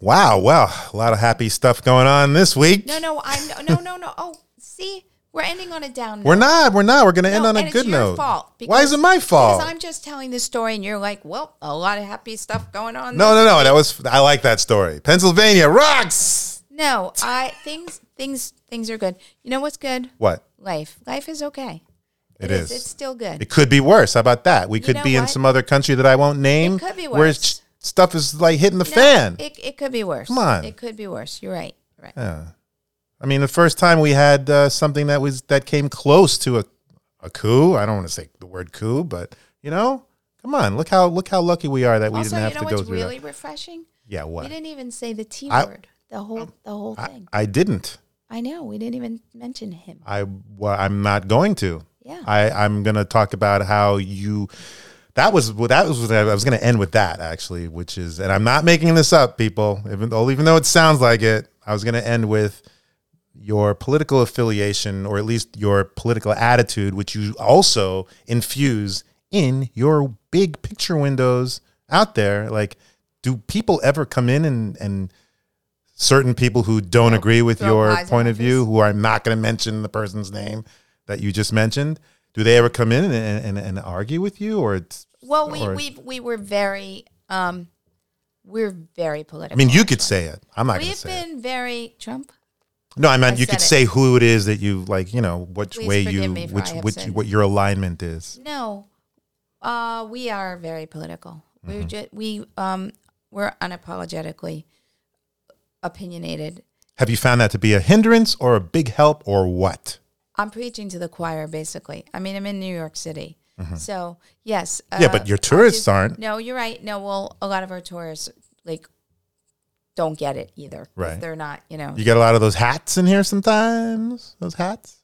S1: Wow. Well, a lot of happy stuff going on this week.
S2: No, no, I'm no, no, no. Oh, see, we're ending on a down.
S1: We're not. We're not. We're going to end
S2: No,
S1: on a
S2: and it's
S1: good
S2: your
S1: note.
S2: fault,
S1: Why is it
S2: because-
S1: my fault?
S2: Because I'm just telling the story, and you're like, "Well, a lot of happy stuff going on."
S1: no, no, no. That was, I like that story. Pennsylvania rocks.
S2: no. I things, things, things are good. You know what's good?
S1: What?
S2: Life. Life is okay.
S1: It is.
S2: It's still good.
S1: It could be worse. How about that? We could
S2: know
S1: be in
S2: what?
S1: some other country that I won't name.
S2: could be
S1: Where
S2: worse.
S1: ch- stuff is like hitting the
S2: No,
S1: fan.
S2: It, it could be worse.
S1: Come on. Uh,
S2: It could be worse. You're right. You're Right.
S1: yeah. I mean, the first time we had uh, something that was that came close to a, a coup. I don't want to say the word coup, but you know, come on. Look how look how lucky we are that we
S2: also,
S1: didn't have
S2: you know
S1: to go
S2: what's
S1: through
S2: really
S1: that.
S2: refreshing?
S1: Yeah.
S2: We
S1: What?
S2: didn't even say the T
S1: I-
S2: word. The whole, the whole
S1: I,
S2: thing.
S1: I didn't.
S2: I know. We didn't even mention him.
S1: I well, I'm not going to.
S2: Yeah.
S1: I I'm gonna talk about how you. That was well, that was I was gonna end with that actually, which is and I'm not making this up, people. Even though even though it sounds like it, I was gonna end with your political affiliation or at least your political attitude, which you also infuse in your big picture windows out there. Like, do people ever come in and and certain people who don't agree with
S2: throw
S1: your
S2: pies in
S1: point
S2: my
S1: of view,
S2: face?
S1: who I'm not going to mention the person's name that you just mentioned, do they ever come in and, and, and argue with you? Or it's,
S2: Well, we
S1: or-
S2: we we were very um, we're very
S1: I
S2: political.
S1: mean, you could say it. I'm not going to
S2: we've
S1: say it.
S2: been very Trump.
S1: No, I meant
S2: I
S1: you could
S2: said
S1: say who it is that you like. You know, which
S2: Please
S1: way
S2: forgive
S1: you,
S2: me for
S1: which
S2: I have
S1: which
S2: sinned.
S1: what your alignment is.
S2: No, uh, we are very political.
S1: Mm-hmm.
S2: We're just, we um we're unapologetically opinionated.
S1: Have you found that to be a hindrance or a big help or what?
S2: I'm preaching to the choir, basically. I mean, I'm in New York City, so yes. Uh,
S1: Mm-hmm. yeah, but your tourists aren't.
S2: No, you're right. No, well, a lot of our tourists like don't get it either. 'cause
S1: Right.
S2: they're not. You know,
S1: You get a lot of those hats in here sometimes. Those hats.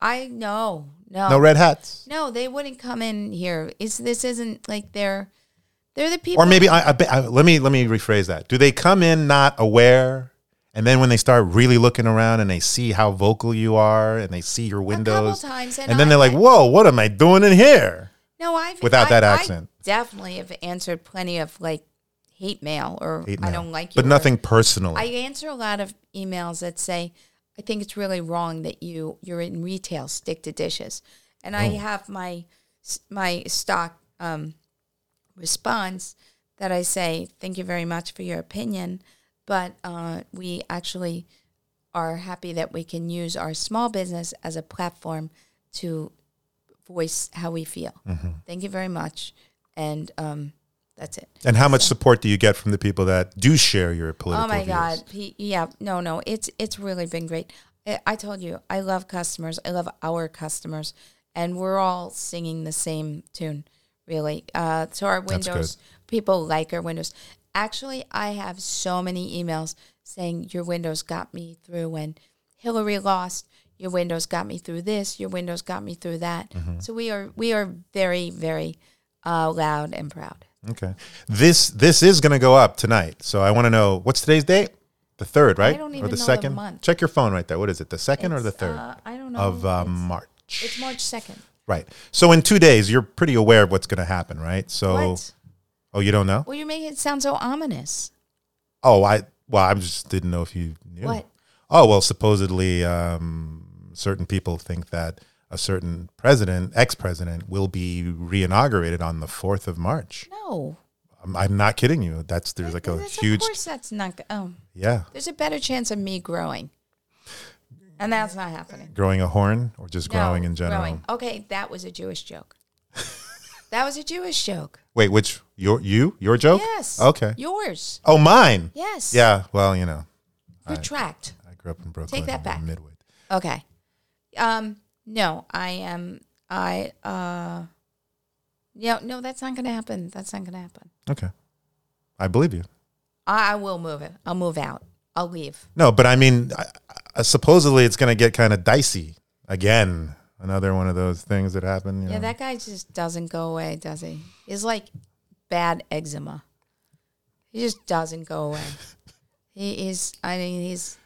S2: I know.
S1: No red hats.
S2: No, they wouldn't come in here. It's this isn't like they're they're the people.
S1: Or maybe I, I, bet- I let me let me rephrase that. Do they come in not aware, and then when they start really looking around and they see how vocal you are and they see your windows,
S2: times,
S1: and,
S2: and
S1: then
S2: I-
S1: they're like, "Whoa, what am I doing in here?"
S2: no, I've
S1: without
S2: I-
S1: that
S2: I
S1: accent.
S2: definitely have answered plenty of like hate mail or
S1: Hate
S2: I
S1: mail.
S2: don't like you.
S1: but
S2: or-
S1: nothing personal.
S2: I answer a lot of emails that say, "I think it's really wrong that you you're in retail, stick to dishes," and I have my my stock um, response that I say, "Thank you very much for your opinion, but uh, we actually are happy that we can use our small business as a platform to voice how we feel. Thank you very much, and um, that's it."
S1: and how much support do you get from the people that do share your political?
S2: Oh my
S1: views?
S2: God! He, yeah, no, no, it's it's really been great. I, I told you, I love customers. I love our customers, and we're all singing the same tune, really. Uh, so our
S1: That's good.
S2: windows, people like our windows. Actually, I have so many emails saying your windows got me through when Hillary lost. Your windows got me through this. Your windows got me through that.
S1: Mm-hmm.
S2: So we are we are very very uh, loud and proud.
S1: Okay. This this is going to go up tonight. So I want to know what's today's date? The 3rd, right?
S2: don't
S1: or
S2: even
S1: the
S2: know the
S1: 2nd?
S2: month.
S1: Check your phone right there. What is it? The 2nd or the
S2: It's,
S1: 3rd
S2: uh, I don't know.
S1: of uh,
S2: It's-
S1: March?
S2: It's March second.
S1: Right. So in 2 days you're pretty aware of what's going to happen, right? So
S2: What?
S1: Oh, you don't know?
S2: Well, you make it sound so ominous.
S1: Oh, I well, I just didn't know if you knew.
S2: What?
S1: Oh well, supposedly um, certain people think that a certain president, ex-president, will be reinaugurated on the fourth of March.
S2: No.
S1: I'm, I'm not kidding you. That's there's like a
S2: That's-
S1: huge
S2: Of course, that's not. go- Oh,
S1: yeah,
S2: there's a better chance of me growing, and that's not happening.
S1: growing a horn or just growing
S2: No,
S1: in general.
S2: growing. Okay, that was a
S1: [laughs]
S2: Jewish joke. that was a Jewish joke.
S1: Wait, which your you your joke?
S2: Yes.
S1: Okay.
S2: Yours.
S1: Oh, mine.
S2: Yes.
S1: Yeah. Well, you know,
S2: Retract.
S1: I grew up in Brooklyn.
S2: that
S1: in
S2: back.
S1: Midwood.
S2: Okay. Um. No, I am. I. Uh. Yeah. No, that's not gonna happen. That's not gonna happen.
S1: Okay. I believe you.
S2: I, I will move it. I'll move out. I'll leave.
S1: No, but I mean, I, I, supposedly it's going to get kind of dicey again. Another one of those things that happen. You
S2: Yeah,
S1: know?
S2: that guy just doesn't go away, does he? He's like bad eczema. He just doesn't go
S1: [laughs]
S2: away. he is. I mean, he's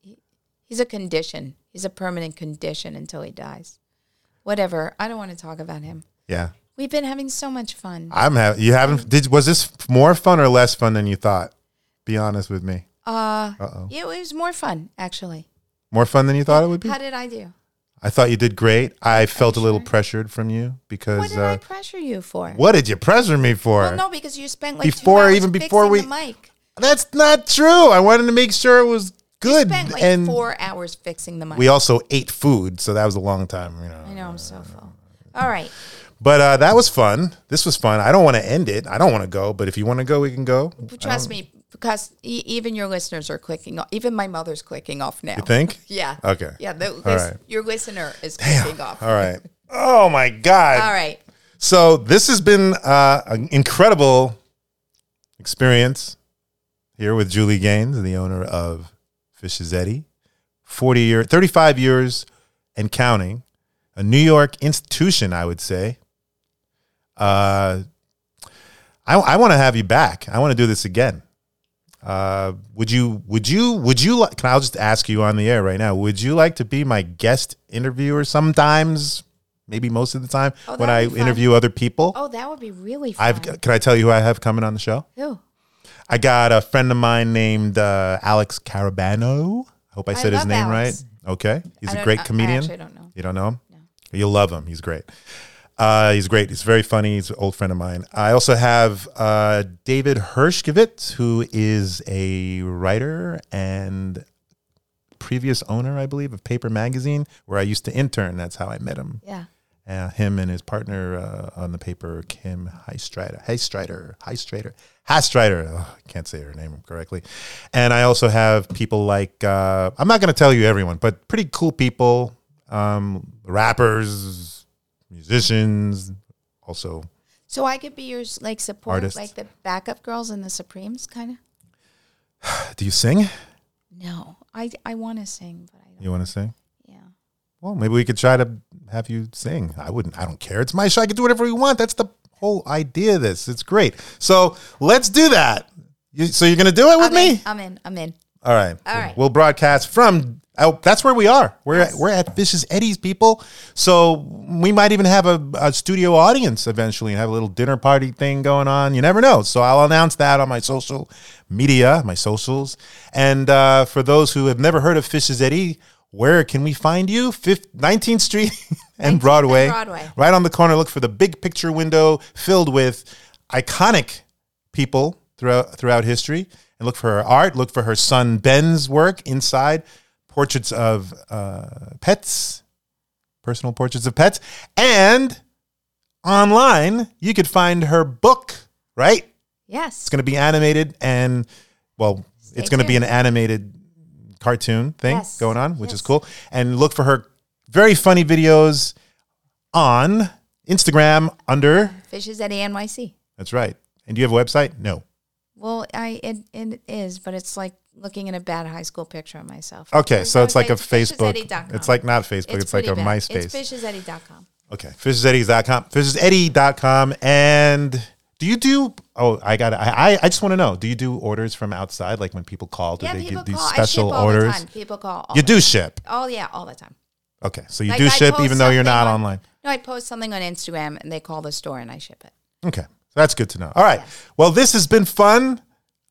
S2: he- he's a condition. He's a permanent condition until he dies. Whatever. I don't want to talk about him.
S1: yeah.
S2: We've been having so much fun.
S1: I'm having. You haven't. Did was this more fun or less fun than you thought? Be honest with me.
S2: Uh,
S1: Uh-oh.
S2: it was more fun actually.
S1: More fun than you thought it would be.
S2: How did I do?
S1: I thought you did great. I felt a little pressured from you
S2: What
S1: because.
S2: did
S1: uh,
S2: I pressure you for?
S1: what did you pressure me for?
S2: Well, no, because you spent like
S1: Before-
S2: two hours
S1: even before
S2: fixing the mic.
S1: That's not true. I wanted to make sure it was good,
S2: Spent like
S1: and
S2: four hours fixing the mic.
S1: we also ate food, so that was a long time. You know.
S2: I know I'm so full. All right.
S1: But uh, that was fun. This was fun. I don't want to end it. I don't want to go. But if you want to go, we can go. You
S2: Trust me, because e- even your listeners are clicking off. Even my mother's clicking off now.
S1: think?
S2: Yeah.
S1: Okay.
S2: Yeah. The, this,
S1: right.
S2: Your listener is clicking off.
S1: All right. Oh my God.
S2: All right.
S1: So this has been uh, an incredible experience here with Julie Gaines, the owner of Fishizetti, 40 year, 35 years and counting, a New York institution, I would say. Uh, I, I want to have you back. I want to do this again. Uh, would you? Would you? Would you? Li- can I just ask you on the air right now? Would you like to be my guest interviewer sometimes? Maybe most of the time
S2: Oh,
S1: when I
S2: that'd be fun.
S1: interview other people.
S2: Oh, that would be really fun.
S1: I've. Can I tell you who I have coming on the show?
S2: Who?
S1: I got a friend of mine named uh, Alex Carabano. I hope I said his
S2: love
S1: name
S2: Alex.
S1: right. Okay, he's
S2: I
S1: a
S2: don't-
S1: great
S2: I- I
S1: comedian.
S2: actually don't know.
S1: You don't know him? You'll love him. He's great. Uh, he's great. He's very funny. He's an old friend of mine. I also have uh, David Hershkovitz, who is a writer and previous owner, I believe, of Paper Magazine, where I used to intern. That's how I met him.
S2: Yeah.
S1: Uh, him and his partner uh, on the paper, Kim Heistrider. Heistrider. Heistrider. Heistrider. Oh, I can't say her name correctly. And I also have people like, uh, I'm not going to tell you everyone, but pretty cool people, um, rappers, musicians, also.
S2: So I could be your like support,
S1: Artist.
S2: like the backup girls in the Supremes, kind of.
S1: Do you sing?
S2: No, I I want to sing, but I don't.
S1: You want to sing?
S2: Yeah.
S1: Well, maybe we could try to have you sing. I wouldn't. I don't care. It's my show. I can do whatever we want. That's the whole idea. Of this. It's great. So let's do that. You, so you're gonna do it with
S2: I'm
S1: me?
S2: In, I'm in. I'm in.
S1: All right.
S2: All right.
S1: We'll broadcast from. Oh, that's where we are. We're at, we're at Fish's Eddie's, people. So we might even have a, a studio audience eventually and have a little dinner party thing going on. You never know. So I'll announce that on my social media, my socials. And uh, for those who have never heard of Fish's Eddie, where can we find you? Fifth, 19th Street [laughs] and Broadway.
S2: Broadway.
S1: Right on the corner. Look for the big picture window filled with iconic people throughout throughout history and look for her art look for her son ben's work inside portraits of uh, pets personal portraits of pets and online you could find her book right
S2: Yes.
S1: it's going to be animated and well it's going to be an
S2: tuned.
S1: animated cartoon thing
S2: Yes.
S1: going on which is
S2: Yes.
S1: cool and look for her very funny videos on instagram under
S2: Fishes at NYC.
S1: that's right and do you have a website no
S2: Well, I it, it is, but it's like looking at a bad high school picture of myself.
S1: Okay, so
S2: gonna
S1: it's like
S2: say
S1: a Facebook.
S2: fishesetty.com.
S1: It's like not Facebook. It's, like a
S2: pretty bad.
S1: MySpace.
S2: It's fishesetty.com.
S1: Okay, fishesetty.com, fishesetty.com, and do you do? Oh, I got. I I- I just want to know. Do you do orders from outside? Like when people call, do
S2: Yeah,
S1: they
S2: people
S1: give these
S2: call. I
S1: special
S2: ship all the
S1: orders?
S2: time. People call. All
S1: You
S2: the-
S1: do ship.
S2: Oh yeah, all the time.
S1: Okay, so you
S2: Like,
S1: do
S2: I
S1: ship
S2: post
S1: even though you're
S2: something
S1: not
S2: on-
S1: online.
S2: No, I post something on Instagram and they call the store and I ship it.
S1: Okay, that's good to know. All right. Well, this has been fun.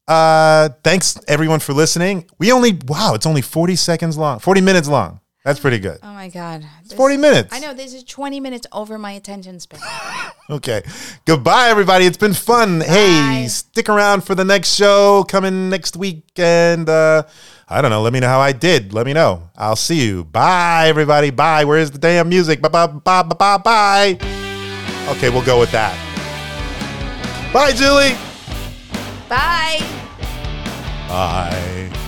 S1: Uh, thanks everyone for listening. We only wow, it's only forty seconds long, forty minutes long. That's pretty good.
S2: Oh my god,
S1: It's forty minutes.
S2: I know this is 20 minutes over my attention span.
S1: Okay. Goodbye, everybody. It's been fun. Hey,
S2: Bye.
S1: stick around for the next show coming next week. And uh, I don't know. Let me know how I did. Let me know. I'll see you. Bye, everybody. Bye. Where is the damn music? Bye, bye, bye, bye, bye, bye. Okay, we'll go with that. Bye, Julie.
S2: Bye.
S1: Bye.